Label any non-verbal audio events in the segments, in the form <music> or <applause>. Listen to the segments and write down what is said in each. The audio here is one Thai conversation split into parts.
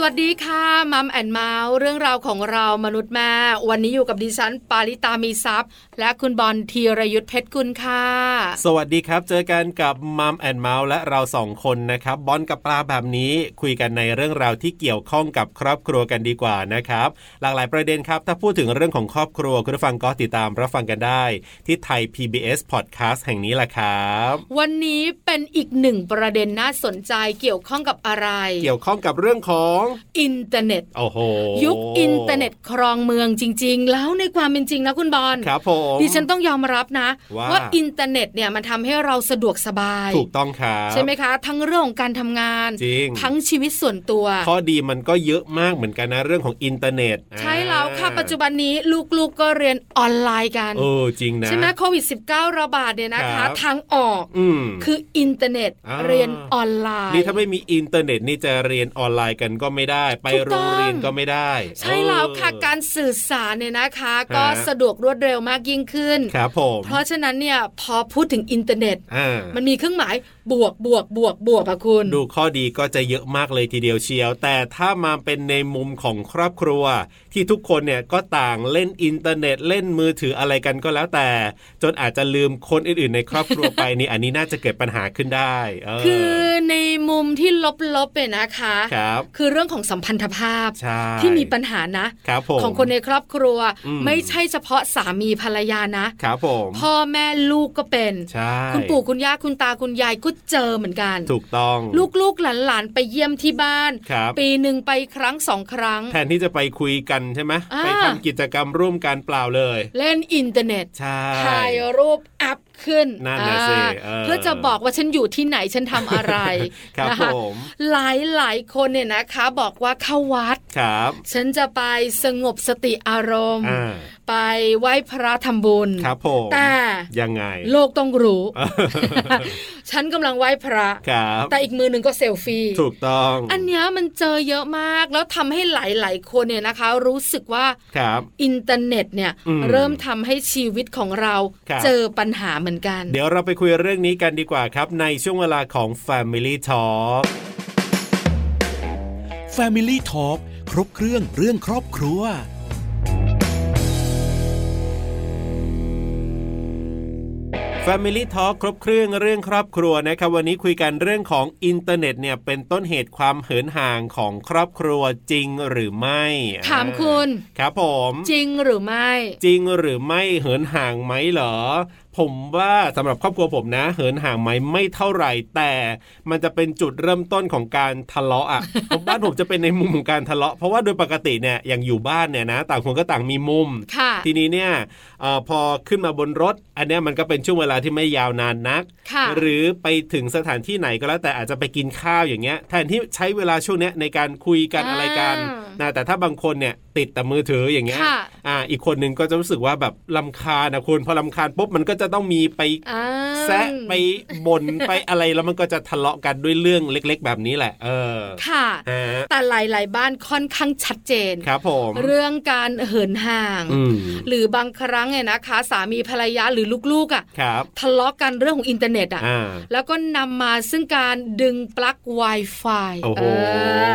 สวัสดีค่ะมัมแอนเมาส์เรื่องราวของเรามนุษย์แม่วันนี้อยู่กับดิฉัน ปาริตามีซัพย์ และคุณบอลธีรยุทธเพชรกุลค่ะ สวัสดีครับ เจอกันกับมัมแอนเมาส์และเราสองคนนะครับ บอลกับปลาแบบนี้คุยกันในเรื่องราวที่เกี่ยวข้องกับครอบครัวกันดีกว่านะครับ หลากหลายประเด็นครับ ถ้าพูดถึงเรื่องของครอบครัว คุณผู้ฟังก็ติดตามรับฟังกันได้ ที่ไทย PBS Podcast แห่งนี้แหละครับ วันนี้เป็นอีกหนึ่งประเด็นน่าสนใจเกี่ยวข้องกับอะไร เกี่ยวข้องกับเรื่องของ อินเทอร์เน็ต โอ้โห ยุคอินเทอร์เน็ตครองเมืองจริง ๆ แล้วในความเป็นจริงนะคุณบอล ครับผม ดิฉันต้องยอมรับนะ ว่า อินเทอร์เน็ตเนี่ยมันทำให้เราสะดวกสบาย ถูกต้องครับ ใช่ไหมคะ ทั้งเรื่องของการทำงาน จริง ทั้งชีวิตส่วนตัว ข้อดีมันก็เยอะมากเหมือนกันนะเรื่องของอินเทอร์เน็ต ใช่แล้วค่ะ อ่า ปัจจุบันนี้ลูกๆก็เรียนออนไลน์กัน เออจริงนะ ใช่ไหมโควิด -19 ระบาดเนี่ยนะ คคะรับ ทางออก อืม คืออินเทอร์เน็ต อ่า เรียนออนไลน์ นี่ถ้าไม่มีอินเทอร์เน็ตนี่จะเรียนออนไลน์กันก็ไม่ได้ ไป ถูก โร ต้อง งเรียนก็ไม่ได้ ใช่แล้วค่ะ เออ การสื่อสารเนี่ยนะคะ ก็ ฮะ สะดวกรวดเร็วมากยิ่งขึ้น ครับผม เพราะฉะนั้นเนี่ยพอพูดถึงอินเทอร์เน็ต อ่า มันมีเครื่องหมายบวกบวกบวกบวกอะคุณ ดูข้อดีก็จะเยอะมากเลยทีเดียวเชียว แต่ถ้ามาเป็นในมุมของครอบครัว ที่ทุกคนเนี่ยก็ต่างเล่นอินเทอร์เน็ตเล่นมือถืออะไรกันก็แล้วแต่ จนอาจจะลืมคนอื่นๆในครอบครัวไป นี่อันนี้น่าจะเกิดปัญหาขึ้นได้เออ คือในมุมที่ลบๆเนี่ยนะคะ ครับ คือเรื่องของสัมพันธภาพ ใช่ ที่มีปัญหานะ ครับผม ของคนในครอบครัว อืม ไม่ใช่เฉพาะสามีภรรยานะ ครับผม พ่อแม่ลูกก็เป็น ใช่ คุณปู่คุณย่าคุณตาคุณยายก็เจอเหมือนกัน ถูกต้อง ลูกๆหลานๆไปเยี่ยมที่บ้าน ครับ ปีหนึ่งไปครั้งสองครั้ง แทนที่จะไปคุยกันใช่ไหม อ่า ไปทำกิจกรรมร่วมกันเปล่าเลย เล่นอินเทอร์เน็ต ใช่ ถ่ายรูปอัพขึ้น นั่นน่ะสิ อ่า เออ เพื่อจะบอกว่าฉันอยู่ที่ไหนฉันทำอะไร <laughs> ครับ นะ ผ คะ ม หลายหลายๆคนเนี่ยนะคะ บอกว่าเข้าวัด ครับ ฉันจะไปสงบสติอารมณ์ อ่า ไปไหว้พระทำบุญ ครับผม แต่ ยังไง โลกต้องรู้ <laughs> เออ ฉันกำลังไหว้พระ ครับ แต่อีกมือหนึ่งก็เซลฟี่ ถูกต้อง อันเนี้ยมันเจอเยอะมาก แล้วทำให้หลาย ๆ คนเนี่ยนะคะ รู้สึกว่า ครับ อินเทอร์เน็ตเนี่ย อืม เริ่มทำให้ชีวิตของเรา ครับ เจอปัญหาเหมือนกัน เดี๋ยวเราไปคุยเรื่องนี้กันดีกว่าครับ ในช่วงเวลาของ Family Talk Family Talk ครบเครื่องเรื่องครอบครัว Family Talk ครบเครื่องเรื่องครอบครัวนะครับวันนี้คุยกันเรื่องของอินเทอร์เน็ตเนี่ยเป็นต้นเหตุความเหินห่างของครอบครัวจริงหรือไม่ ถาม อ่ คุณ ครับผม จริงหรือไม่ จริงหรือไม่เหินห่างไหมเหรอ ผมว่าสำหรับครอบครัวผมนะ เหินห่างไหมไม่เท่าไหร่ แต่มันจะเป็นจุดเริ่มต้นของการทะเลาะ <laughs> อ่ะ ผมบ้านผมจะเป็นในมุมของการทะเลาะเพราะว่าโดยปกติเนี่ยอย่างอยู่บ้านเนี่ยนะ ต่างคนก็ต่างมีมุม ค่ะ ทีนี้เนี่ยเออพอขึ้นมาบนรถ อันเนี้ยมันก็เป็นช่วงเวลาที่ไม่ยาวนานนัก ค่ะ หรือไปถึงสถานที่ไหนก็แล้วแต่อาจจะไปกินข้าวอย่างเงี้ย แทนที่ใช้เวลาช่วงเนี้ยในการคุยกัน อ่า อะไรกันนะแต่ถ้าบางคนเนี่ยติดแต่มือถืออย่างเงี้ย ค่ะ อ่าอีกคนหนึ่งก็จะรู้สึกว่าแบบลำคาญนะคุณพอลำคาญปุ๊บมันก็จะต้องมีไป อ่า แซะไปบ่น ไปอะไรแล้วมันก็จะทะเลาะกันด้วยเรื่องเล็ก ๆ แบบนี้แหละ เออ ค่ะ ฮะ แต่หลาย ๆ บ้านค่อนข้างชัดเจน ครับผม เรื่องการเหินห่าง อืม หรือบางครั้งเนี่ยนะคะ สามีภรรยาหรือลูก ๆ อ่ะ ครับ ทะเลาะกันเรื่องของอินเทอร์เน็ตอ่ะ อ่า แล้วก็นำมาซึ่งการดึงปลั๊ก Wi-Fi โอ้โห เออ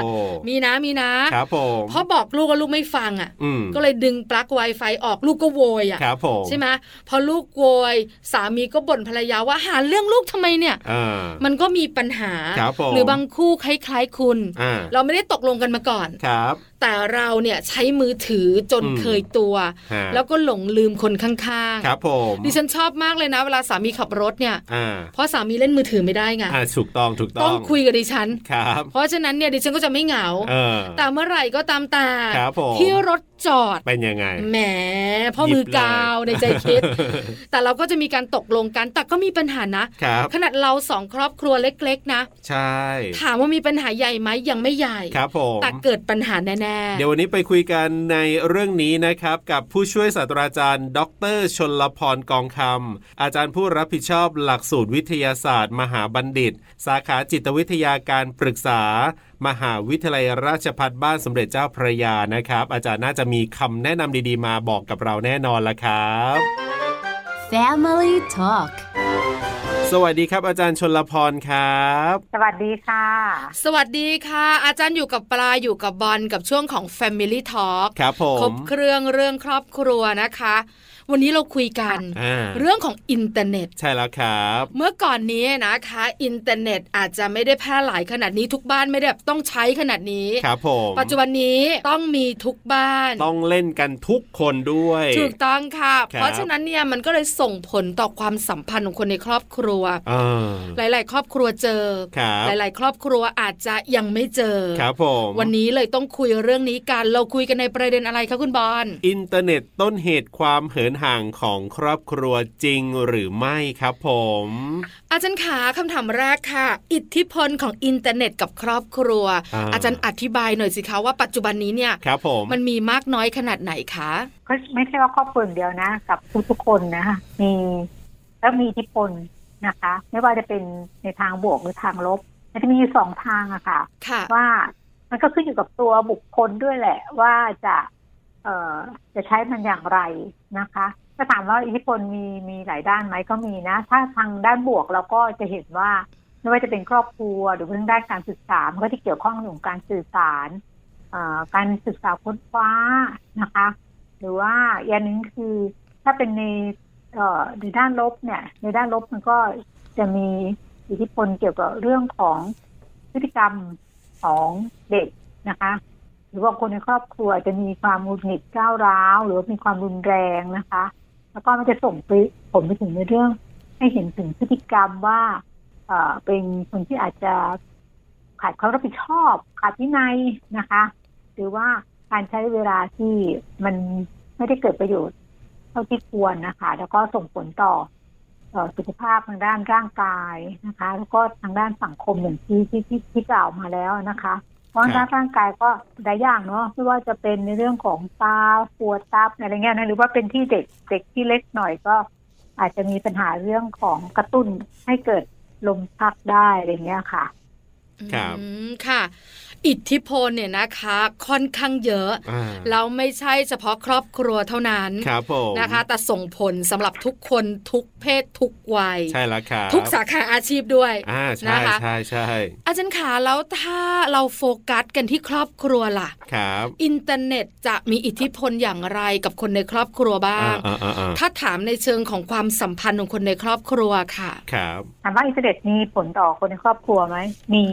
มีนะมีนะครับ ผม เพราะบอกลูกว่าลูกไม่ฟังอ่ะ อืม ก็เลยดึงปลั๊ก Wi-Fi ออกลูกก็โวยอ่ะ ครับผม ใช่ไหมพอลูกโวย สามีก็บ่นภรรยาว่าหาเรื่องลูกทำไมเนี่ย อ่า มันก็มีปัญหา ครับผม หรือบางคู่คล้ายๆคุณ อ่า เราไม่ได้ตกลงกันมาก่อน ครับ แต่เราเนี่ยใช้มือถือจน อืม เคยตัว ฮะ แล้วก็หลงลืมคนข้าง ครับผม ๆดิฉันชอบมากเลยนะ เวลาสามีขับรถเนี่ย อ่า เพราะสามีเล่นมือถือไม่ได้ไง อ่าถูกต้องถูกต้ ต้ อ อง งคุยกับดิฉัน ครับ เพราะฉะนั้นเนี่ยดิฉันก็จะไม่เหงา เออ แต่เมื่อไหร่ก็ตามตา ครับผม ที่รถจอด เป็นยังไง แหมพ่อ หยิบ มือกาว เลย ในใจคิด แต่เราก็จะมีการตกลงกัน แต่ก็มีปัญหานะ ครับ ขนาดเราสองครอบครัวเล็กๆ นะ ใช่ ถามว่ามีปัญหาใหญ่ไหมยังไม่ใหญ่ ครับผม แต่เกิดปัญหาแน่ๆ เดี๋ยววันนี้ไปคุยกันในเรื่องนี้นะครับ กับผู้ช่วยศาสตราจารย์ ดรชนลพรกองคำอาจารย์ผู้รับผิดชอบหลักสูตรวิทยาศาสตร์ มหาบัณฑิต สาขาจิตวิทยาการปรึกษา มหาวิทยาลัยราชภัฏบ้านสมเด็จเจ้าพระยานะครับ อาจารย์น่าจะมีคำแนะนำดีๆ มาบอกกับเราแน่นอนละครับ Family Talk สวัสดีครับอาจารย์ชนลพรครับ สวัสดีค่ะ สวัสดีค่ะ อาจารย์อยู่กับปลาอยู่กับบอลกับช่วงของ Family Talk ครับผ ครบ ม เครื่องเรื่องครอบครัวนะคะ วันนี้เราคุยกัน อ่า เรื่องของอินเทอร์เน็ต ใช่แล้วครับ เมื่อก่อนนี้นะคะ อินเทอร์เน็ตอาจจะไม่ได้แพร่หลายขนาดนี้ทุกบ้านไม่ได้แบบต้องใช้ขนาดนี้ ครับผม ปัจจุบันนี้ต้องมีทุกบ้าน ต้องเล่นกันทุกคนด้วย ถูกต้องค่ะ ครับ เพราะฉะนั้นเนี่ยมันก็เลยส่งผลต่อความสัมพันธ์ของคนในครอบครัว อ่า หลาย ๆ ครอบครัวเจอ ครับ หลาย ๆ ครอบครัวอาจจะยังไม่เจอ ครับผม วันนี้เลยต้องคุยเรื่องนี้กัน เราคุยกันในประเด็นอะไรคะคุณบอล อินเทอร์เน็ตต้นเหตุความเหินห่างของครอบครัวจริงหรือไม่ครับผม อาจารย์ขาคำถามแรกค่ะ อิทธิพลของอินเทอร์เน็ตกับครอบครัว อ่า อาจารย์อธิบายหน่อยสิคะว่าปัจจุบันนี้เนี่ย ครับผม มันมีมากน้อยขนาดไหนคะ ก็ไม่ใช่ว่าครอบครัวอย่างเดียวนะ กับทุกๆคนนะมีแล้วมีอิทธิพลนะคะ ไม่ว่าจะเป็นในทางบวกหรือทางลบมันจะมีอยู่สองทางอะค่ะ ค่ะ ว่ามันก็ขึ้นอยู่กับตัวบุคคลด้วยแหละ ว่าจะเอ่อจะใช้มันอย่างไรนะคะถ้าถามว่าอิทธิพลมีมีหลายด้านไหมก็มีนะ ถ้าทางด้านบวกเราก็จะเห็นว่าไม่ว่าจะเป็นครอบครัวหรือเรื่องด้านการศึกษามันก็ที่เกี่ยวข้องกับการสื่อสารเอ่อการศึกษาค้นคว้านะคะ หรือว่าอย่างหนึ่งคือถ้าเป็นในเอ่อในด้านลบเนี่ย ในด้านลบมันก็จะมีอิทธิพลเกี่ยวกับเรื่องของพฤติกรรมของเด็กนะคะ หรือว่าคนในครอบครัวจะมีความหงุดหงิดก้าวร้าว หรือว่ามีความรุนแรงนะคะ แล้วก็มันจะส่งไปผลไปถึงในเรื่อง ให้เห็นถึงพฤติกรรมว่าเอ่อเป็นคนที่อาจจะขาดความรับผิดชอบขาดวินัยนะคะ หรือว่าการใช้เวลาที่มันไม่ได้เกิดประโยชน์เท่าที่ควรนะคะ แล้วก็ส่งผลต่อเอ่อสุขภาพทางด้านร่างกายนะคะ แล้วก็ทางด้านสังคมอย่างที่ที่ที่ที่กล่าวมาแล้วนะคะ เพราะด้านร่างกายก็หลายอย่างเนาะไม่ว่าจะเป็นในเรื่องของตาปวดตาอะไรเงี้ยนะหรือว่าเป็นที่เด็กเด็กที่เล็กหน่อยก็ อาจจะมีปัญหาเรื่องของกระตุ้นให้เกิดลมชักได้อะไรเงี้ยค่ะ ครับ อืมค่ะ อิทธิพลเนี่ยนะคะ ค่อนข้างเยอะ อ่า เราไม่ใช่เฉพาะครอบครัวเท่านั้น ครับผม นะคะ แต่ส่งผลสำหรับทุกคนทุกเพศทุกวัย ใช่แล้วครับ ทุกสาขาอาชีพด้วย อ่าใช่ นะคะ ใช่ใช่ อาจารย์ขาแล้วถ้าเราโฟกัสกันที่ครอบครัวล่ะ ครับ อินเทอร์เน็ตจะมีอิทธิพลอย่างไรกับคนในครอบครัวบ้าง อ่าอ่าอ่า ถ้าถามในเชิงของความสัมพันธ์ของคนในครอบครัวค่ะ ครับ ถามว่าอินเทอร์เน็ตมีผลต่อคนในครอบครัวไหม มี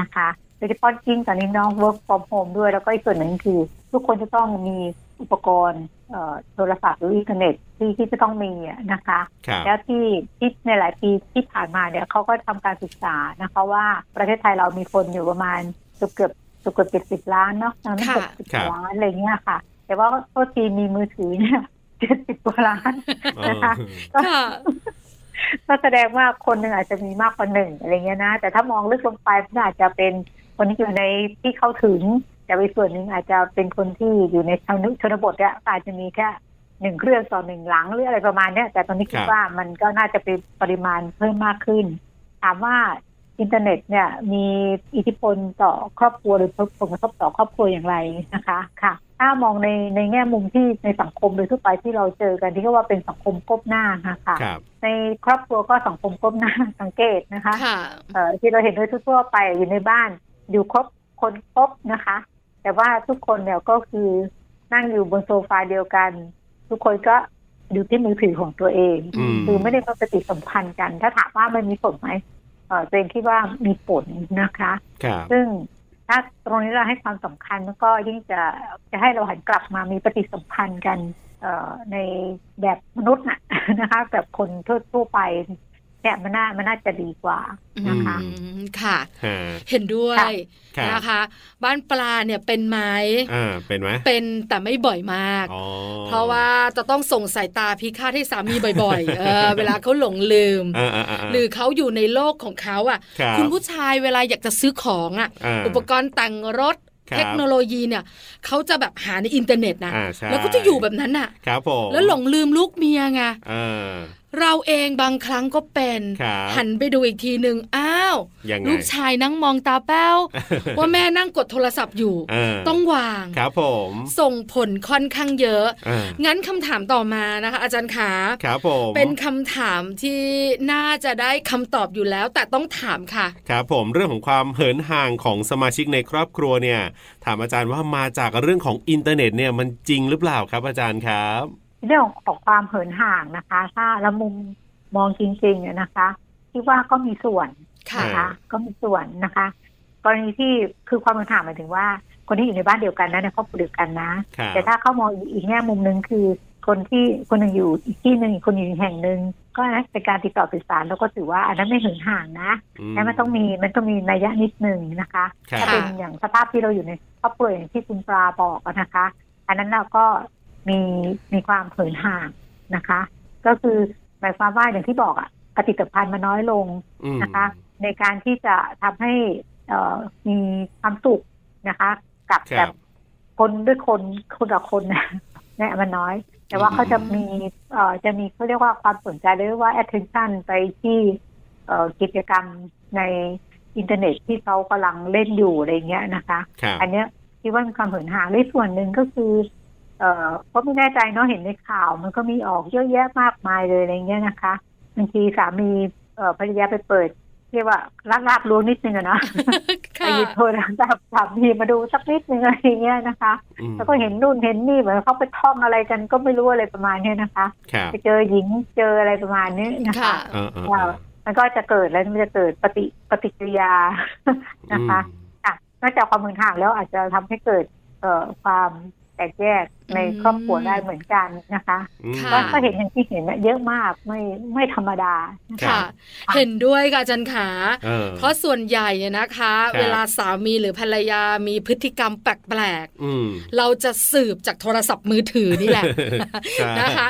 นะคะโดยเฉพาะจริงตอนนี้น้อง work from home ด้วย แล้วก็อีกส่วนหนึ่งคือ ทุกคนจะต้องมีอุปกรณ์เอ่อโทรศัพท์หรืออินเทอร์เน็ตที่ที่จะต้องมีอะนะคะ ครับ แล้วที่ที่ในหลายปีที่ผ่านมาเนี่ยเขาก็ทำการศึกษานะคะว่าประเทศไทยเรามีคนอยู่ประมาณเกือบเกือบเกือบเกือบเจ็ดสิบล้านเนาะประมาณ ค่ะ เกือบสิบล้านอะไรเงี้ยค่ะ แต่ว่าโทษทีมีมือถือเนี่ยเจ็ดสิบกว่าล้าน เออ นะคะ ค่ะ ก็แสดงว่าคนหนึ่งอาจจะมีมากกว่าหนึ่งอะไรเงี้ยนะ แต่ถ้ามองลึกลงไปมันอาจจะเป็นคนที่อยู่ในที่เข้าถึง แต่ไปส่วนหนึ่งอาจจะเป็นคนที่อยู่ในชนชนบทเนี่ยอาจจะมีแค่หนึ่งเครื่องต่อหนึ่งหลังหรืออะไรประมาณเนี้ยแต่ตอนนี้คิ ค ด รับ ว่ามันก็น่าจะเป็นปริมาณเพิ่มมากขึ้น ถามว่าอินเทอร์เน็ตเนี่ยมีอิทธิพลต่อครอบครัวหรือผลกระทบต่อครอบครัวอย่างไรนะคะค่ะ ถ้ามองในในแง่มุมที่ในสังคมโดยทั่วไปที่เราเจอกันที่เรียกว่าเป็นสังคมก้มหน้านะคะ ครับ ในครอบครัวก็สังคมก้มหน้า สังเกตนะคะ ค่ะ เอ่อที่เราเห็นโดยทั่วๆไปอยู่ในบ้าน อยู่ครบคนครบนะคะ แต่ว่าทุกคนเนี่ยก็คือนั่งอยู่บนโซฟาเดียวกัน ทุกคนก็ดูที่มือถือของตัวเอง อืม คือไม่ได้มาปฏิสัมพันธ์กัน ถ้าถามว่ามันมีผลไหมเอ่อตัวเองคิดว่ามีผลนะคะ ครับ ซึ่งถ้าตรงนี้เราให้ความสำคัญแล้วก็ยิ่งจะจะให้เราหันกลับมามีปฏิสัมพันธ์กันเอ่อในแบบมนุษย์น่ะ <laughs> นะคะแบบคนทั่วทั่วไปเนี่ยมันน่ามันน่าจะดีกว่านะคะ อืมค่ะ ฮะ เห็นด้ว ครั ยคบรับ นะคะ บ้านปลาเนี่ยเป็นไหม อ่าเป็นไหม เป็นแต่ไม่บ่อยมาก อ๋อ เพราะว่าจะต้องส่งสายตาพิฆาตให้สามีบ่อยๆ เอ <laughs> อเวลาเขาหลงลืม อ่าอ่าาา หรือเขาอยู่ในโลกของเขาอ่ะ ครับ คุณผู้ชายเวลาอยากจะซื้อของอ่ะ า อุปกรณ์แต่งรถ ครับ เทคโนโลยีเนี่ยเขาจะแบบหาในอินเทอร์เน็ตนะ อ่าใช่ แล้วก็จะอยู่แบบนั้นน่ะ ครับผม แล้วหลงลืมลูกเมียไง เออ เราเองบางครั้งก็เป็น ครับ หันไปดูอีกทีหนึ่งอ้า ว ยังไง ลูกชายนั่งมองตาแป้ว <laughs> ว่าแม่นั่งกดโทรศัพท์อยู่ เ ต้องวาง ครับผม ส่งผลค่อนข้างเยอะ อ่า งั้นคำถามต่อมานะคะ อาจารย์ขา ครับผม เป็นคำถามที่น่าจะได้คำตอบอยู่แล้ว แต่ต้องถามค่ะ ครับผมเรื่องของความเหินห่างของสมาชิกในครอบครัวเนี่ย ถามอาจารย์ว่ามาจากเรื่องของอินเทอร์เน็ตเนี่ยมันจริงหรือเปล่าครับอาจารย์ครับ เรื่องของความเหินห่างนะคะ ถ้าละมุมมองจริงๆเนี่ยนะคะคิดว่าก็มีส่วน ค่ะ นะ อ่า คะ ก็มีส่วนนะคะ กรณีที่คือความเหินห่างหมายถึงว่า คนที่อยู่ในบ้านเดียวกันนะในครอบครัวเดียวกันนะ ครับ แต่ถ้าเขามองอีกแง่มุมหนึ่งคือ คนที่คนหนึ่งอยู่อีกที่หนึ่งอีกคนอยู่อีกแห่งหนึ่งก็นะเป็นการติดต่อสื่อสารแล้วก็ถือว่าอันนั้นไม่เหินห่างนะ อื แต่มันต้องมีมันต้องมีนัยยะนิดหนึ่งนะคะ ครั ถ้า บ เป็นอย่างสภาพที่เราอยู่ในครอบครัวอย่างที่คุณปลาบอกอะนะคะ อันนั้นเราก็มีมีความเผินห่างนะคะ ก็คือหมายความว่าอย่างที่บอกอะปฏิสัมพันธ์มันน้อยลง อืม นะคะ ในการที่จะทำให้เอ่อมีความสุขนะคะ กับ ค แบ รั บบ คนด้วยคนคนกับคนนะ <laughs> เนี่ยมันน้อย แต่ว่าเขาจะมีเอ่อจะมีเขาเรียกว่าความสนใจหรือว่า attention ไปที่เอ่อกิจกรรมในอินเทอร์เน็ตที่เขากำลังเล่นอยู่อะไรเงี้ยนะคะ ครับ อันเนี้ยคิดว่ามีความเหินห่างและอีกส่วนหนึ่งก็คือ เอ่อเพราะไม่แน่ใจเนาะเห็นในข่าว มันก็มีออกเยอะแยะมากมายเลยอะไรเงี้ยนะคะบางทีสามีเอ่อภรรยาไปเปิด เรียกว่าลักลาบล้วงนิดนึง <laughs> อะเนาะไป ค่ะ หยิบโทรศัพท์สามีมาดูสักนิดนึงอะไรเงี้ยนะคะ อืม แล้วก็เห็นนู่นเห็นนี่เหมือนเขาไปท่องอะไรกันก็ไม่รู้อะไรประมาณเนี้ยนะคะ ครับ ไปเจอหญิงเจออะไรประมาณนี้นะคะ ค่ะ เออเออ ว่า มันก็จะเกิดแล้วมันจะเกิดปฏิปฏิกิริยา <laughs> นะคะ ค่ะนอกจากความหึงหวงแล้วอาจจะทำให้เกิดเอ่อความแตกแยกใน อืม ครอบครัวได้เหมือนกันนะคะ อืม ค่ะ ก็ก็เห็นอย่างที่เห็นนะเยอะมากไม่ไม่ธรรมดานะ ครั คะ ค่ะ บ เห็นด้วยค่ะอาจารย์ขา เออ เพราะส่วนใหญ่เนี่ยนะคะ ครับ เวลาสามีหรือภรรยามีพฤติกรรมแปลก อืม ๆ เราจะสืบจากโทรศัพท์มือถือนี่แหละ ใช่ นะคะ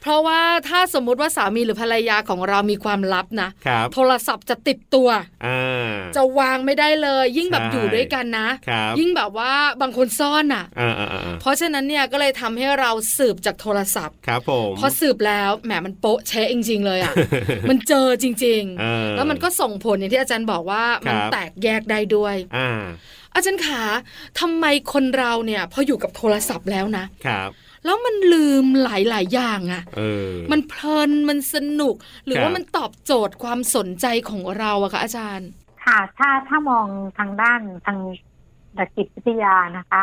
เพราะว่าถ้าสมมุติว่าสามีหรือภรรยาของเรามีความลับนะ ครับ โทรศัพท์จะติดตัว อ่า จะวางไม่ได้เลย ยิ่งแบบ ใช่ อยู่ด้วยกันนะ ครับ ยิ่งแบบว่าบางคนซ่อนอ่ะ อ่าอ่าอ่า เพราะฉะนั้นเนี่ยก็เลยทำให้เราสืบจากโทรศัพท์ ครับผม พอสืบแล้วแหมมันโป๊ะเชะจริงๆเลย <laughs> อ่ะ มันเจอจริง เอ ๆ อ แล้วมันก็ส่งผลอย่างที่อาจารย์บอกว่ามัน ครับ แตกแยกได้ด้วย อ่า อาจารย์ขาทำไมคนเราเนี่ยพออยู่กับโทรศัพท์แล้วนะ ครับ แล้วมันลืมหลายๆอย่างอ่ะ เออ มันเพลินมันสนุก หรือ ครับ ว่ามันตอบโจทย์ความสนใจของเราอะคะอาจารย์ ค่ะถ้าถ้ามองทางด้านทางดักจิตวิทยานะคะ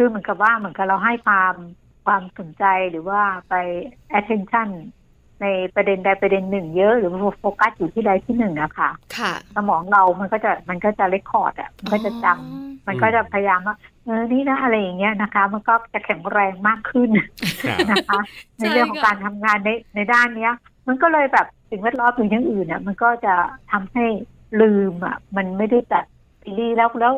คือเหมือนกับว่าเหมือนกับเราให้ความความสนใจหรือว่าไป attention ในประเด็นใดประเด็นหนึ่งเยอะ หรือว่าโฟกัสอยู่ที่ใดที่หนึ่งอะค่ะ ค่ะ สมองเรามันก็จะมันก็จะเรคคอร์ดอะมันก็จะจำ อ๋อ มันก็จะพยายามว่าเออนี่นะอะไรอย่างเงี้ยนะคะ มันก็จะแข็งแรงมากขึ้น ครับ นะคะ ใช่ ในเรื่องของ ค่ะ การทำงานในในด้านเนี้ย มันก็เลยแบบสิ่งแวดล้อมหรืออย่างอื่นเนี่ยมันก็จะทำให้ลืมอ่ะมันไม่ได้จัดซีรีส์แล้วแล้ว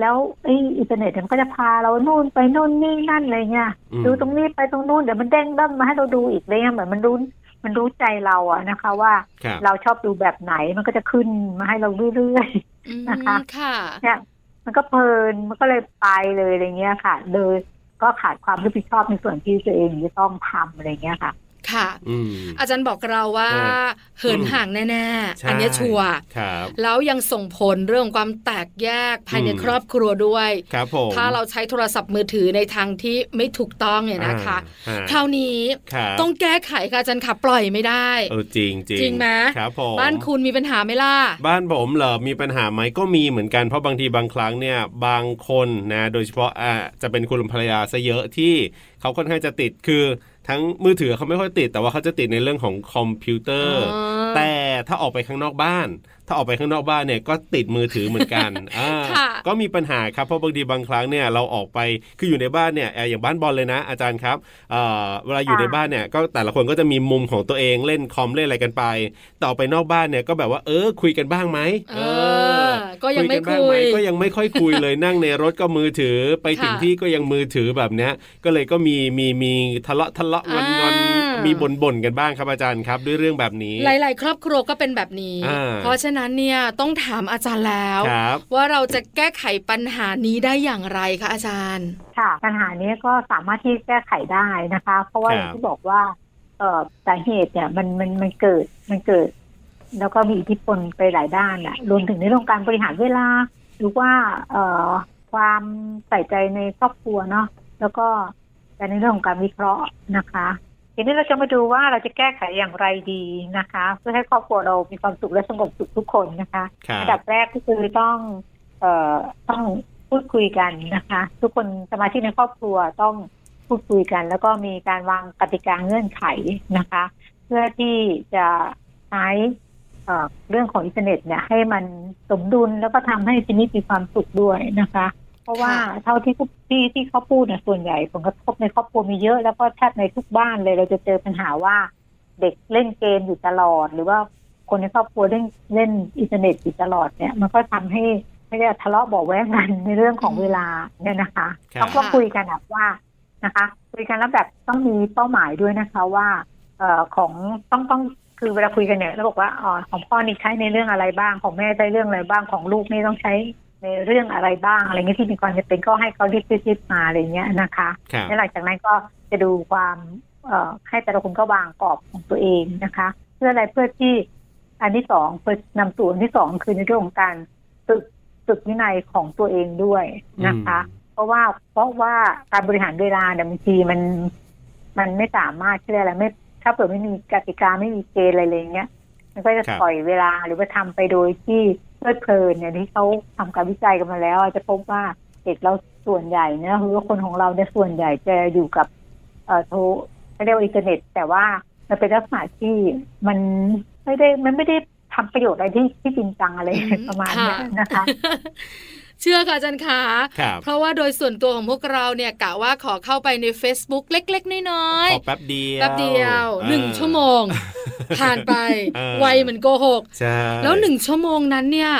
แล้วไอ้อินเทอร์เน็ตเนี่ยมันก็จะพาเรานู่นไปนู่นนี่นั่นอะไรเงี้ย อืม ดูตรงนี้ไปตรงนู้นเดี๋ยวมันเด้งเด้มมาให้เราดูอีกเลยเนี่ยเหมือนมันรู้มันรู้ใจเราอะนะคะ ว่า ครับ เราชอบดูแบบไหนมันก็จะขึ้นมาให้เราเรื่อยๆ อืม นะคะ ค่ะ <laughs> เนี่ยมันก็เพลินมันก็เลยไปเลยอะไรเงี้ยค่ะ เลยก็ขาดความรับผิดชอบในส่วนที่ตัวเองจะต้องทำอะไรเงี้ยค่ะ ค่ะ อืม อาจารย์บอกเราว่า เออ เหินห่างแน่ๆ ใช่ อันเนี้ยชัวร์ ครับ แล้วยังส่งผลเรื่องความแตกแยกภายใน อืม ครอบครัวด้วย ครับผม ถ้าเราใช้โทรศัพท์มือถือในทางที่ไม่ถูกต้องเนี่ยนะคะ อ่ คราวนี้ ครับ ต้องแก้ไขค่ะอาจารย์ค่ะปล่อยไม่ได้ เออจริงจริง จริงไหม ครับผม บ้านคุณมีปัญหาไหมล่ะ บ้านผมเหรอมีปัญหาไหมก็มีเหมือนกันเพราะบางทีบางครั้งเนี่ยบางคนนะโดยเฉพาะอ่าจะเป็นคุณภรรยาซะเยอะที่เขาค่อนข้างจะติดคือ ทั้งมือถือเขาไม่ค่อยติด แต่ว่าเขาจะติดในเรื่องของคอมพิวเตอร์ อ๋อ แต่ถ้าออกไปข้างนอกบ้าน ถ้าออกไปข้างนอกบ้านเนี่ยก็ติดมือถือเหมือน <laughs> กันอ่า ค่ะ ก็มีปัญหาครับเพราะบางทีบางครั้งเนี่ยเราออกไปคืออยู่ในบ้านเนี่ยอ่าอย่างบ้านบอลเลยนะ อาจารย์ครับเอ่อเวลาอยู่ในบ้านเนี่ยก็แต่ละคนก็จะมีมุมของตัวเองเล่นคอมเล่นอะไรกันไป ต่ออกไปนอกบ้านเนี่ยก็แบบว่าเออคุยกันบ้างไหม เออก็ยังไม่ กันบ้างคุไหมย ก็ยังไม่ค่อยคุยเลย <laughs> นั่งในรถก็มือถือไปถึง ค่ะ ที่ก็ยังมือถือแบบเนี้ยก็เลยก็มีมีมีทะเลาะทะเลาะงอนงอนมีบ่นบ่นๆกันบ้างครับอาจารย์ครับด้วยเรื่องแบบนี้ หลาย ๆ ครอบครัวก็เป็นแบบนี้ อ่า เพราะฉะนั้นเนี่ยต้องถามอาจารย์แล้ว ครับ ว่าเราจะแก้ไขปัญหานี้ได้อย่างไรคะอาจารย์ <laughs> ค่ะ ปัญหานี้ก็สามารถที่แก้ไขได้นะคะ เพราะว่า ครับ อย่างที่บอกว่าเอ่อสาเหตุเนี่ยมันมันมันเกิดมันเกิด แล้วก็มีอิทธิพลไปหลายด้านน่ะรวมถึงในเรื่องการบริหารเวลา หรือว่าเอ่อความใส่ใจในครอบครัวเนาะแล้วก็ในเรื่องของการวิเคราะห์นะคะทีนี้เราจะมาดูว่าเราจะแก้ไขอย่างไรดีนะคะ เพื่อให้ครอบครัวเรามีความสุขและสงบสุขทุกคนนะคะ ครั อั บ นดับแรกก็คือต้องเอ่อต้องพูดคุยกันนะคะ ทุกคนสมาชิกในครอบครัวต้องพูดคุยกัน แล้วก็มีการวางกติกาเงื่อนไขนะคะ เพื่อที่จะใช้เอ่อเรื่องของอินเทอร์เน็ตเนี่ยให้มันสมดุลแล้วก็ทำให้ชีวิตมีความสุขด้วยนะคะ เพราะว่าเท่าที่ผู้ที่ที่เขาพูดเนี่ยส่วนใหญ่ผลกระทบในครอบครัวมีเยอะแล้วก็แทบในทุกบ้านเลยเราจะเจอปัญหาว่า เด็กเล่นเกมอยู่ตลอด หรือว่าคนในครอบครัวเล่นเล่นอินเทอร์เน็ตอยู่ตลอดเนี่ยมันก็ทำให้ไม่ได้ทะเลาะเบาะแว้งกันในเรื่องของเวลาเนี่ยนะคะ ครับ ต้องก็คุยกันอะว่านะคะคุยกันแล้วแบบต้องมีเป้าหมายด้วยนะคะว่าเอ่อของต้องต้องคือเวลาคุยกันเนี่ยเราบอกว่าอ๋อของพ่อนี่ใช้ในเรื่องอะไรบ้างของแม่ใช้เรื่องอะไรบ้างของลูกนี่ต้องใช้ ในเรื่องอะไรบ้างอะไรเงี้ยที่มีความจำเป็นก็ให้เขารีบรีบๆมาอะไรเงี้ยนะคะ ครับ แล้วหลังจากนั้นก็จะดูความเอ่อให้แต่ละคนก็วางกรอบของตัวเองนะคะ เพื่ออะไรเพื่อที่อันที่สองเพื่อนำตัวอันที่สองคือในเรื่องของการฝึกฝึกวินัยของตัวเองด้วยนะคะ เพราะว่าเพราะว่าการบริหารเวลาเนี่ยบางทีมันมันไม่สามารถที่จะอะไรไม่ถ้าเปิดไม่มีกติกาไม่มีเกณฑ์อะไรเลยเงี้ย มันก็จะ ครับ ปล่อยเวลาหรือว่าทำไปโดยที่เพลิดเพลินเนี่ยที่เขาทำการวิจัยกันมาแล้วอาจจะพบว่าเด็กเราส่วนใหญ่เนี่ยหรือว่าคนของเราเนี่ยส่วนใหญ่จะอยู่กับเอ่อโทรเขาเรียกว่าอินเทอร์เน็ต แต่ว่ามันเป็นลักษณะที่มันไม่ได้มันไม่ได้ทำประโยชน์อะไรที่ที่จริงจังอะไร อืม ประมาณเนี้ย ค่ะ นะคะ เชื่อค่ะอาจารย์ขา ครับ เพราะว่าโดยส่วนตัวของพวกเราเนี่ยกะว่าขอเข้าไปใน Facebook เล็ก ๆ น้อย ขอแป๊บเดีๆยวแป๊บเดียว เออ หนึ่งชั่วโม <laughs> ง ผ่านไป เออ ไวเหมือนโกหก ใช่ แล้วหนึ่งชั่วโมงนั้นเนี่ย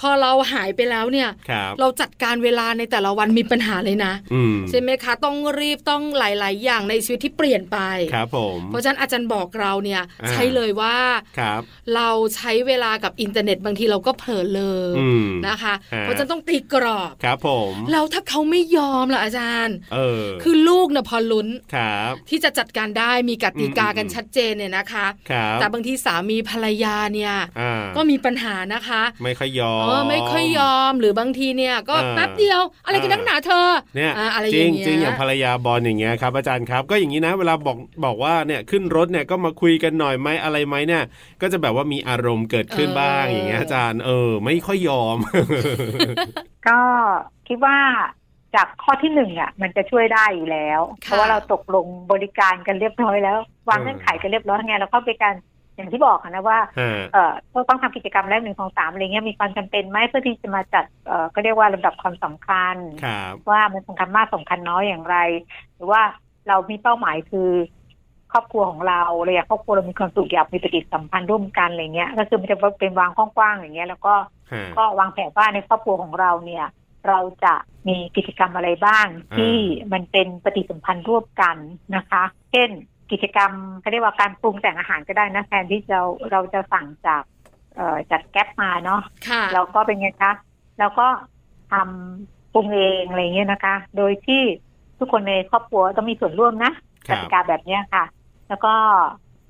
พอเราหายไปแล้วเนี่ย ครับ เราจัดการเวลาในแต่ละวันมีปัญหาเลยนะ อืม ใช่ไหมคะ ต้องรีบต้องหลาย ๆ อย่างในชีวิตที่เปลี่ยนไป ครับผม เพราะฉะนั้นอาจารย์บอกเราเนี่ย อ่า ใช่เลยว่า ครับ เราใช้เวลากับอินเทอร์เน็ตบางทีเราก็เผลอเลย อืม นะคะ ฮะ เพราะฉะนั้นต้องตีกรอบ ครับผม เราถ้าเขาไม่ยอมล่ะอาจารย์ เออ คือลูกเนี่ยพอลุ้น ครับ ที่จะจัดการได้มีกติกากัน อืม ชัดเจนเนี่ยนะคะ ครับ แต่บางทีสามีภรรยาเนี่ย อ่า ก็มีปัญหานะคะ ไม่ค่อยยอ เอ ม อไม่ค่อยยอมหรือบางทีเนี่ยก็ เออ แป๊บเดียว อะไรกัน เออ นักหนาเธอ เนี่ย อ่าอะไรอจริ ย่าง งเงี้ย จริงอย่างภรรยาบอลอย่างเงี้ยครับอาจารย์ครับก็อย่างนี้นะเวลาบอกบอกว่าเนี่ยขึ้นรถเนี่ยก็มาคุยกันหน่อยไหมอะไรไหมเนี่ย ก็จะแบบว่ามีอารมณ์เกิดขึ้นบ้างอย่างเงี้ยอาจารย์เออ ไม่ค่อยยอม <laughs> ก็คิดว่าจากข้อที่หนึ่งอ่ะ มันจะช่วยได้อยู่แล้ว ะ เพราะว่าเราตกลงบริการกันเรียบร้อยแล้ว วาง เออ เงื่อนไขกันเรียบร้อยไงเราก็ไปกันอย่างที่บอกอะนะว่า อ่า เอ่อต้องทำกิจกรรมแรกหนึ่งสองสามอะไรเงี้ยมีความจำเป็นไหมเพื่อที่จะมาจัดเอ่อก็เรียกว่าลำดับความสำคัญ ครับ ว่ามันสำคัญมากสำคัญน้อยอย่างไร หรือว่าเรามีเป้าหมายคือครอบครัวของเราเราอยากครอบครัวเรามีความสุขอยากมีปฏิสัมพันธ์ร่วมกันอะไรเงี้ยก็คือมันจะเป็นวางกว้างๆอย่างเงี้ยแล้วก็ ฮะ ก็วางแผนว่าในครอบครัวของเราเนี่ย เราจะมีกิจกรรมอะไรบ้าง อ่า ที่มันเป็นปฏิสัมพันธ์ร่วมกันนะคะ เช่นกิจกรรมเขาเรียกว่าการปรุงแต่งอาหารก็ได้นะแทนที่เราเราจะสั่งจากเอ่อจากแก๊ปมาเนาะ ค่ะ เราก็เป็นไงคะเราก็ทำปรุงเองอะไรเงี้ยนะคะ โดยที่ทุกคนในครอบครัวต้องมีส่วนร่วมนะ ค ก รับ ติกาแบบเนี้ยค่ะ แล้วก็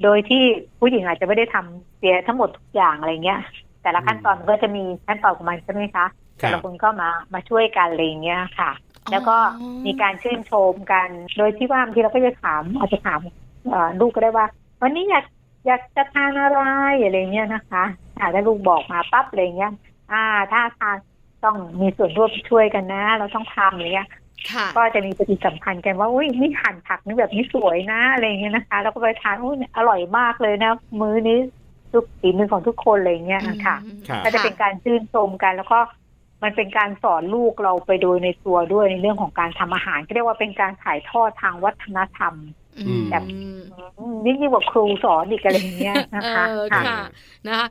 โดยที่ผู้หญิงอาจจะไม่ได้ทำเสียทั้งหมดทุกอย่างอะไรเงี้ย แต่ละขั้นตอน อืม มันก็จะมีขั้นตอนของมันใช่ไหมคะ ค แต่ รั ละ บ คนก็มามาช่วยกันอะไรเงี้ยค่ะ แล้วก็ อ๋อ มีการชื่นชมกัน โดยที่ว่าบางทีเราก็จะถามอาจจะถามเอ่อลูกก็ได้ว่า วันนี้อยากอยากจะทานอะไรอะไรเงี้ยนะคะอาถ้าลูกบอกมาปั๊บอะไรเงี้ย อ่า ถ้าทานต้องมีส่วนร่วมช่วยกันนะ เราต้องทำอะไรเงี้ย ค่ะ ก็จะมีปฏิสัมพันธ์กันว่าอุ้ยนี่หั่นผักนี่แบบนี้สวยนะอะไรอย่างเงี้ยนะคะ แล้วก็ไปทานอุ้ยอร่อยมากเลยนะ มื้อนี้ทุกฝีมือของทุกคนอะไรอย่างเงี้ยค่ะ อืม ค่ะ ก็จะเป็นการชื่นชมกัน แล้วก็มันเป็นการสอนลูกเราไปโดยในตัวด้วยในเรื่องของการทำอาหารก็เรียกว่าเป็นการถ่ายทอดทางวัฒนธรรม อืม แบบ อืมนี่ยิ่งกว่าครูสอนอีกอะไรอย่างเงี้ยนะ เอ คะ อ ค่ะ ค่ะนะคะ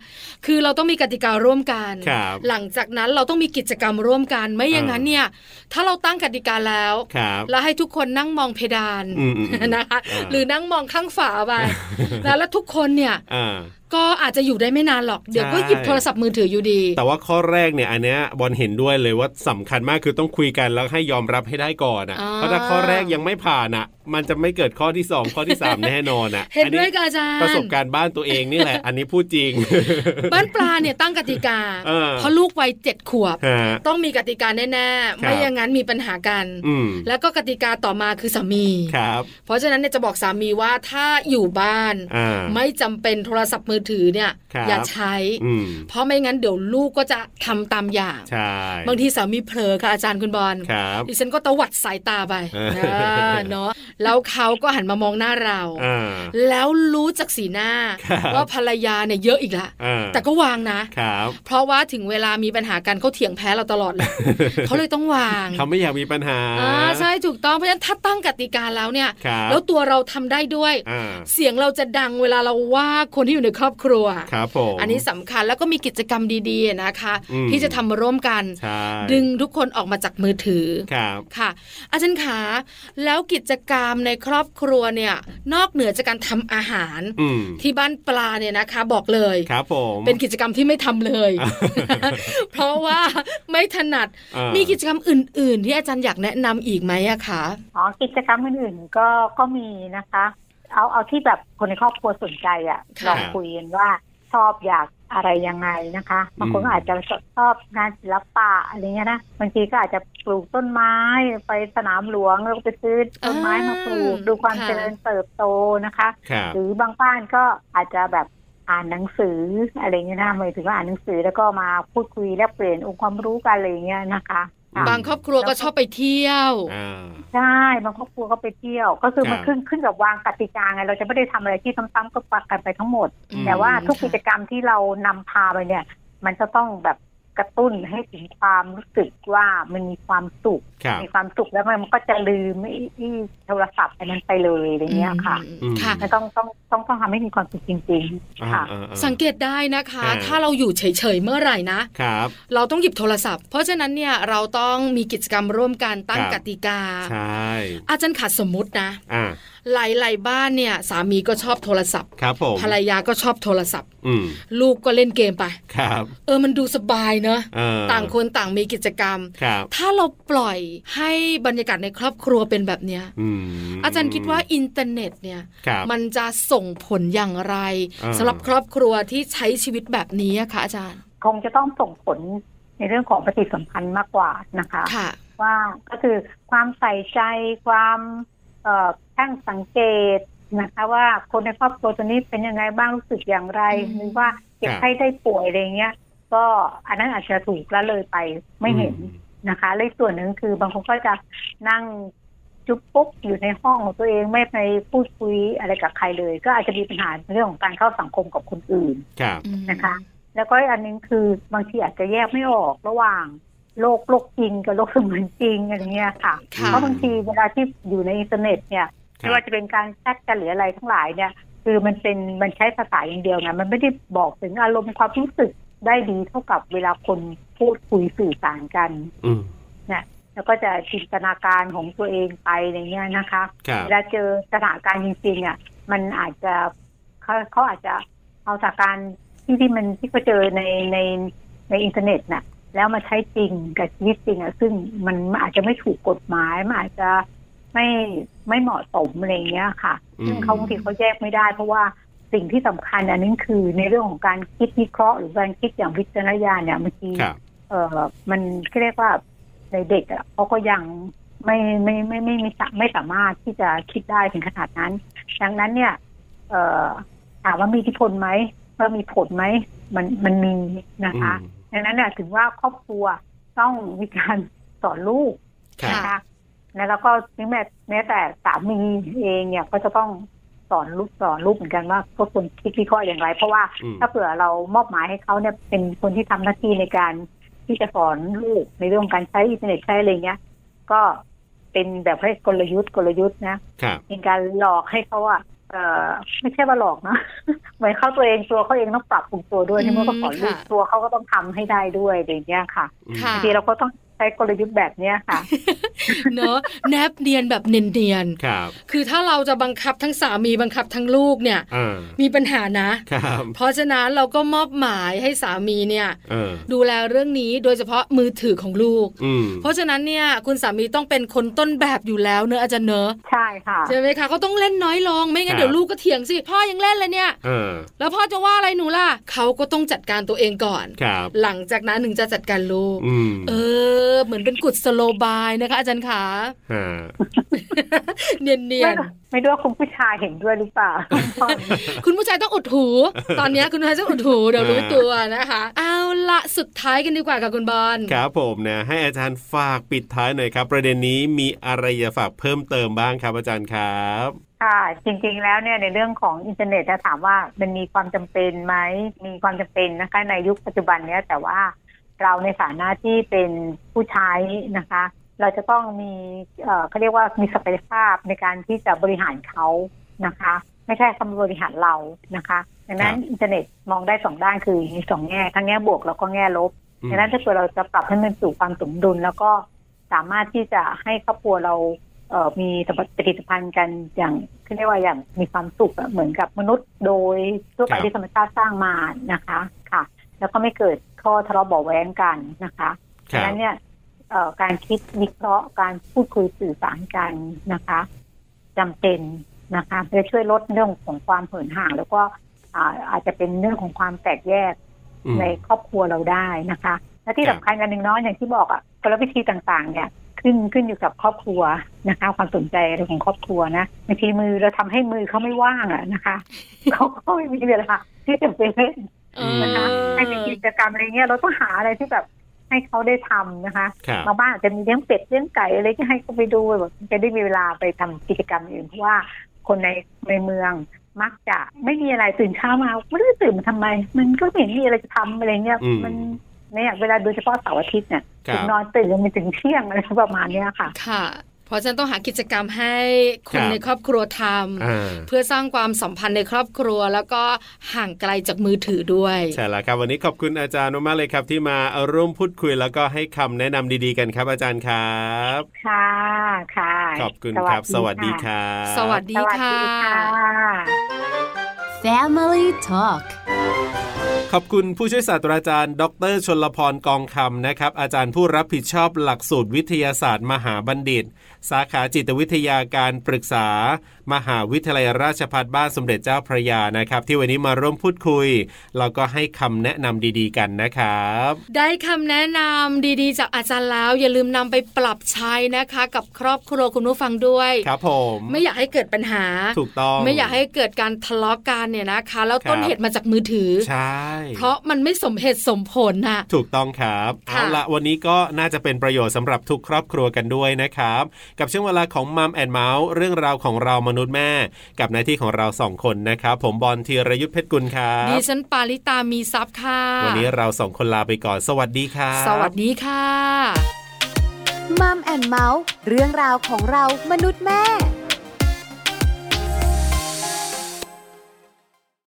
คือเราต้องมีกติการ่วมกัน ครับ หลังจากนั้นเราต้องมีกิจกรรมร่วมกันไม่อย่างนั้นเนี่ย ถ้าเราตั้งกติกาแล้ว ครับ แล้วให้ทุกคนนั่งมองเพดาน อืมอืมอืม นะคะ เออ <laughs> หรือนั่งมองข้างฝาไปนะแล้วทุกคนเนี่ย อ่า ก็อาจจะอยู่ได้ไม่นานหรอก เดี๋ยวก็หยิบโทรศัพท์มือถืออยู่ดี แต่ว่าข้อแรกเนี่ยอันเนี้ยบอลเห็นด้วยเลยว่าสำคัญมากคือต้องคุยกันแล้วให้ยอมรับให้ได้ก่อนอ่ะ อ่า เพราะถ้าข้อแรกยังไม่ผ่านอ่ะ มันจะไม่เกิดข้อที่สองข้อที่สามแน่นอนอ่ะ เห็น อั ด้วยกับอาจารย์ ประสบการณ์บ้านตัวเองนี่แหละ อันนี้พูด <laughs> จริง บ้านปลาเนี่ยตั้งกติกา เออ เพราะลูกวัยเจ็ดขวบ ฮะ ต้องมีกติกาแน่ๆ ไม่ ครับ อย่างนั้นมีปัญหากัน อืม แล้วก็กติกาต่อมาคือสามี ครับ เพราะฉะนั้นเนี่ยจะบอกสามีว่าถ้าอยู่บ้าน อ่า ไม่จำเป็นโทรศัพท์มือถือเนี่ย ครับ อย่าใช้ อืม เพราะไม่งั้นเดี๋ยวลูกก็จะทำตามอย่าง ใช่ บางทีสามีเผลอค่ะอาจารย์คุณบอล ครับ ดิฉันก็ตวัดสายตาไป เออ เออเนาะแล้วเขาก็หันมามองหน้าเรา อ่า แล้วรู้จากสีหน้า ครับ ว่าภรรยาเนี่ยเยอะอีกละ อ่า แต่ก็วางนะ ครับ เพราะว่าถึงเวลามีปัญหากันเขาเถียงแพ้เราตลอ <laughs> ดเลย เขาเลยต้องวาง เขาไม่อยากมีปัญหา อ่าใช่ถูกต้องเพราะฉะนั้นถ้าตั้งกติกาแล้วเนี่ย ครับ แล้วตัวเราทำได้ด้วย อ่า เสียงเราจะดังเวลาเราว่าคนที่อยู่ในครอบครัว ครับผม อันนี้สำคัญแล้วก็มีกิจกรรมดีๆนะคะ อืม ที่จะทำร่วมกัน ใช่ ดึงทุกคนออกมาจากมือถือ ครับ ค่ะ อาจารย์ขาแล้วกิจกรรมในครอบครัวเนี่ย นอกเหนือจากการทำอาหาร อืม ที่บ้านปลาเนี่ยนะคะ บอกเลย ครับผม เป็นกิจกรรมที่ไม่ทำเลย เพราะว่าไม่ถนัด อ่า มีกิจกรรมอื่น ๆ ที่อาจารย์อยากแนะนำอีกไหมอะคะ อ๋อกิจกรรมอื่นๆก็ก็มีนะคะ เอาเอาที่แบบคนในครอบครัวสนใจอะ่ะ ค่ะ ลองคุยกันว่าชอบอยากอะไรยังไงนะคะบางคอืนม ก็อาจจะชอบงานศิลปะอะไรเงี้ยนะบางทีก็อาจจะปลูกต้นไม้ไปสนามหลวงแล้วก็ไปซื้อต้นไม้มาปลูก อ่า ดูความ ค่ะ เจริญเติบโตนะคะ ครับ หรือบางบ้านก็อาจจะแบบอ่านหนังสืออะไรเงี้ยนะหมายถึงว่าอ่านหนังสือแล้วก็มาพูดคุยแลกเปลี่ยนองค์ความรู้กันอะไรเงี้ยนะคะ อืม บางครอบครัวก็ชอบไปเที่ยว อ่า ใช่บางครอบครัวก็ไปเที่ยว ก็คือมัครันบ ขึ้นขึ้นกับวางกติกาไงเราจะไม่ได้ทำอะไรที่ซ้ำๆก็ปักกันไปทั้งหมด อืม แต่ว่าทุก ค่ะ กิจกรรมที่เรานำพาไปเนี่ย มันจะต้องแบบกระตุ้นให้ถึงความรู้สึกว่ามันมีความสุข ครับ มีความสุขแล้วมันก็จะลืมไอ้ไอ้โทรศัพท์อันนั้นไปเลยอะไรเงี้ยค่ะ อืมค่ะ มันต้องต้องต้องต้องทำให้มีความสุขจริง อ่า ๆ ค่ะ อ่าอ่า สังเกตได้นะคะ อ่า ถ้าเราอยู่เฉย ๆ เมื่อไหร่นะ ครับ เราต้องหยิบโทรศัพท์ เพราะฉะนั้นเนี่ยเราต้องมีกิจกรรมร่วมกันตั้ง ครับ กติกา ใช่ อาจารย์ขาดสมมตินะ อ่า หลายๆบ้านเนี่ยสามีก็ชอบโทรศัพท์ ครับผม ภรรยาก็ชอบโทรศัพท์ อืม ลูกก็เล่นเกมไป ครับ เออมันดูสบายเนอะ เออ ต่างคนต่างมีกิจกรรม ครับ ถ้าเราปล่อยให้บรรยากาศในครอบครัวเป็นแบบเนี้ย อืม อาจารย์คิดว่าอินเทอร์เน็ตเนี่ย ครับ มันจะส่งผลอย่างไร อ่า สำหรับครอบครัวที่ใช้ชีวิตแบบนี้อะคะอาจารย์ คงจะต้องส่งผลในเรื่องของปฏิสัมพันธ์มากกว่านะคะ ค่ะ ว่าก็คือความใส่ใจความเอ่อช่างสังเกตนะคะ ว่าคนในครอบครัวตัวนี้เป็นยังไงบ้างรู้สึกอย่างไร อืม หรือว่าเจ็บไข้ได้ป่วยอะไรเงี้ย ก็อันนั้นอาจจะถูกละเลยไปไม่เห็นนะคะและอีกส่วนหนึ่งคือบางคนก็จะนั่งจุ๊บปุ๊บอยู่ในห้องของตัวเองไม่ไปพูดคุยอะไรกับใครเลย ก็อาจจะมีปัญหาในเรื่องของการเข้าสังคมกับคนอื่น ครับ อืม นะคะ แล้วก็อีกอันหนึงคือบางทีอาจจะแยกไม่ออกระหว่างโลกโลกจริงกับโลกเสมือนจริงอะไรเงี้ยค่ะ ค่ะ เพราะบางทีเวลาที่อยู่ในอินเทอร์เน็ตเนี่ย ครับ ไม่ว่าจะเป็นการแชทกันหรืออะไรทั้งหลายเนี่ย คือมันเป็นมันใช้ภาษาอย่างเดียวไงมันไม่ได้บอกถึงอารมณ์ความรู้สึกได้ดีเท่ากับเวลาคนพูดคุยสื่อสารกัน อืม แล้วก็จะจินตนาการของตัวเองไปในเงี้ยนะคะ ครับ เวลาเจอสถานการณ์จริงๆอ่ะมันอาจจะเขาเขาอาจจะเอาสถานการณ์ที่ที่มันที่เขาเจอในในในอินเทอร์เน็ตน่ะ แล้วมาใช้จริงกับชีวิตจริงอ่ะซึ่งมันมันอาจจะไม่ถูกกฎหมายมันอาจจะไม่ไม่เหมาะสมอะไรอย่างเงี้ยค่ะ ซึ่งเขาบางทีเขาแยกไม่ได้ เพราะว่าสิ่งที่สำคัญอันนึงคือในเรื่องของการคิดวิเคราะห์หรือการคิดอย่างวิจารณญาณเนี่ยบางที ครับ เออมันเรียกว่าในเด็กอะเขาก็ยังไม่ไม่ไม่ไม่ไม่ไม่ไม่สามารถที่จะคิดได้ถึงขนาดนั้น ดังนั้นเนี่ย เออถามว่ามีอิทธิพลไหมว่ามีผลไหมมันมันมีนะคะ อืม ดังนั้นเนี่ยถึงว่าครอบครัวต้องมีการสอนลูก ครับ นะคะ แล้วก็ถึงแม้แม้แต่สามีเองเนี่ยก็จะต้องสอนลูกสอนลูกเหมือนกันว่าก็ควรคิดวิเคราะห์อย่างไร เพราะว่า อืม ถ้าเผื่อเรามอบหมายให้เขาเนี่ยเป็นคนที่ทำหน้าที่ในการที่จะสอนลูกในเรื่องของการใช้อินเทอร์เน็ตใช้อะไรเงี้ย ก็เป็นแบบให้กลยุทธ์กลยุทธ์นะครับ เป็นการหลอกให้เขาอะเออไม่ใช่ว่าหลอกนะ เหมือนเขาตัวเองตัวเขาเองต้องปรับปรุงตัวด้วย อืม ในเมื่อเขาสอนลูก ค่ะ ตัวเขาก็ต้องทำให้ได้ด้วยอะไรเงี้ยค่ะ ค่ะ บางทีเราก็ต้องใช้ ช้กลยุทธ์แบบเนี้ยค่ะ เนอะแนบเนียนแบบเนียน ครับ ๆคือถ้าเราจะบังคับทั้งสามีบังคับทั้งลูกเนี่ย อ่า มีปัญหานะ ครับ เพราะฉะนั้นเราก็มอบหมายให้สามีเนี่ย เออ ดูแลเรื่องนี้โดยเฉพาะมือถือของลูก อืม เพราะฉะนั้นเนี่ยคุณสามีต้องเป็นคนต้นแบบอยู่แล้วเนอะอาจารย์เนอะ ใช่ค่ะ ใช่ไหมคะเขาต้องเล่นน้อยลงไม่งั้นเดี๋ยวลูกก็เถียงสิพ่อยังเล่นเลยเนี่ย เออ แล้วพ่อจะว่าอะไรหนูล่ะเขาก็ต้องจัดการตัวเองก่อน ครับ หลังจากนั้นถึงจะจัดการลูก อืม เออ เหมือนเป็นกุศโลบายนะคะ อาจารย์ขา ฮะ เนียนเนียน ไม่ไม่รู้ว่าคุณผู้ชายเห็นด้วยหรือเปล่า <laughs> ๆคุณผู้ชายต้องอดหู ตอนเนี้ยคุณผู้ชายต้องอด <laughs> หูเดี๋ยวรู้ตัวนะคะ เอาละสุดท้ายกันดีกว่าค่ะคุณบอล ครับผมนะ ให้อาจารย์ฝากปิดท้ายหน่อยครับ ประเด็นนี้มีอะไรจะฝากเพิ่มเติมบ้างครับอาจารย์ครับ ค่ะ จริงๆแล้วเนี่ยในเรื่องของอินเทอร์เน็ตจะถามว่ามันมีความจำเป็นไหมมีความจำเป็นนะคะในยุคปัจจุบันเนี้ยแต่ว่าเราในฐานะที่เป็นผู้ใช้นะคะ เราจะต้องมีเอ่อเขาเรียกว่ามีศักยภาพในการที่จะบริหารเขานะคะ ไม่ใช่คำบริหารเรานะคะดังนั้นอินเทอร์เน็ตมองได้สองด้านคือมีสองแง่ทั้งแง่บวกแล้วก็แง่ลบ อืม ดังนั้นถ้าเกิดเราจะปรับให้มันสู่ความสมดุล แล้วก็สามารถที่จะให้ครอบครัวเราเอ่อมีผลิตภัณฑ์กันอย่างคือเรียกว่าอย่างมีความสุขอะเหมือนกับมนุษย์โดยทั่วไปที่ธรรมชาติสร้างมานะคะค่ะ แล้วก็ไม่เกิดข้อทะเลาะเบาะแว้งกันนะคะ ครัดังบ นั้นเนี่ยเอ่อการคิดวิเคราะห์การพูดคุยสื่อสารกันนะคะจำเป็นนะคะเพื่อช่วยลดเรื่องของความเหินห่าง แล้วก็อ่าอาจจะเป็นเรื่องของความแตกแยก อืม ในครอบครัวเราได้นะคะ และที่ ครับสำคัญกันหนึ่งเน้อยอย่างที่บอกอะกลวิธีต่างๆ เนี่ยขึ้นขึ้นอยู่กับครอบครัวนะคะ ความสนใจเรื่องของครอบครัวนะบางทีมือเราทำให้มือเขาไม่ว่างอะนะคะ <laughs> เขาก็ไม่มีเวลาที่จะไปเล่น เอ นะคะ อ ให้มีกิจกรรมอะไรเงี้ยเราต้องหาอะไรที่แบบให้เขาได้ทำนะคะ ครับ บางบ้านอาจจะมีเลี้ยงเป็ดเลี้ยงไก่อะไรที่ให้เขาไปดูแบบจะได้มีเวลาไปทำกิจกรรมอื่นเพราะว่าคนในในเมืองมักจะไม่มีอะไรตื่นเช้ามาไม่รู้จะตื่นมาทำไม มันก็ไม่เห็นมีอะไรจะทำอะไรเงี้ย อืม มันเนี่ยเวลาโดยเฉพาะเสาร์อาทิตย์เนี่ย ค ถึ รั ง บ นอนตื่นกันไปถึงเที่ยงอะไรประมาณเนี้ยค่ะ ค่ะ เพราะฉะนั้นต้องหากิจกรรมให้ค ครั น บ ในครอบครัวท อ่า ำเพื่อสร้างความสัมพันธ์ในครอบครัว แล้วก็ห่างไกลจากมือถือด้วย ใช่แล้วครับวันนี้ขอบคุณอาจารย์มากๆเลยครับ ที่มาร่วมพูดคุยแล้วก็ให้คำแนะนำดีๆกันครับ อาจารย์ครับ ค่ะค่ะ ขอบคุณครับ สวัสดีครับ สวัส ส ดี วัส ค่ะ ดีค่ะ Family Talk ขอบคุณผู้ช่วยศาสตราจารย์ ดรชนลพรกองคำนะครับ อาจารย์ผู้รับผิดชอบหลักสูตรวิทยาศาสตร์ มหาบัณฑิต สาขาจิตวิทยาการปรึกษา มหาวิทยาลัยราชภัฏบ้านสมเด็จเจ้าพระยานะครับ ที่วันนี้มาร่วมพูดคุยแล้วก็ให้คำแนะนำดีๆ กันนะครับ ได้คำแนะนำดีๆ จากอาจารย์แล้ว อย่าลืมนำไปปรับใช้นะคะ กับครอบครัวคุณผู้ฟังด้วย ครับผม ไม่อยากให้เกิดปัญหา ถูกต้อง ไม่อยากให้เกิดการทะเลาะกันเนี่ยนะคะ แล้วต้น ครับ เหตุมาจากมือถือ ใช่ เพราะมันไม่สมเหตุสมผลน่ะ ถูกต้องครับ ค่ะ เอาละวันนี้ก็น่าจะเป็นประโยชน์สำหรับทุกครอบครัวกันด้วยนะครับ กับช่วงเวลาของมัมแอนเมาส์เรื่องราวของเรามนุษย์แม่ กับหน้าที่ของเราสองคนนะครับ ผมบอลธีรยุทธเพชรกุลครั ดิ บ ฉันปาริตามีซับค่ะ วันนี้เราสองคนลาไปก่อน สวัสดีครับ สวัสดีค่ะ มัมแอนเมาส์เรื่องราวของเรามนุษย์แม่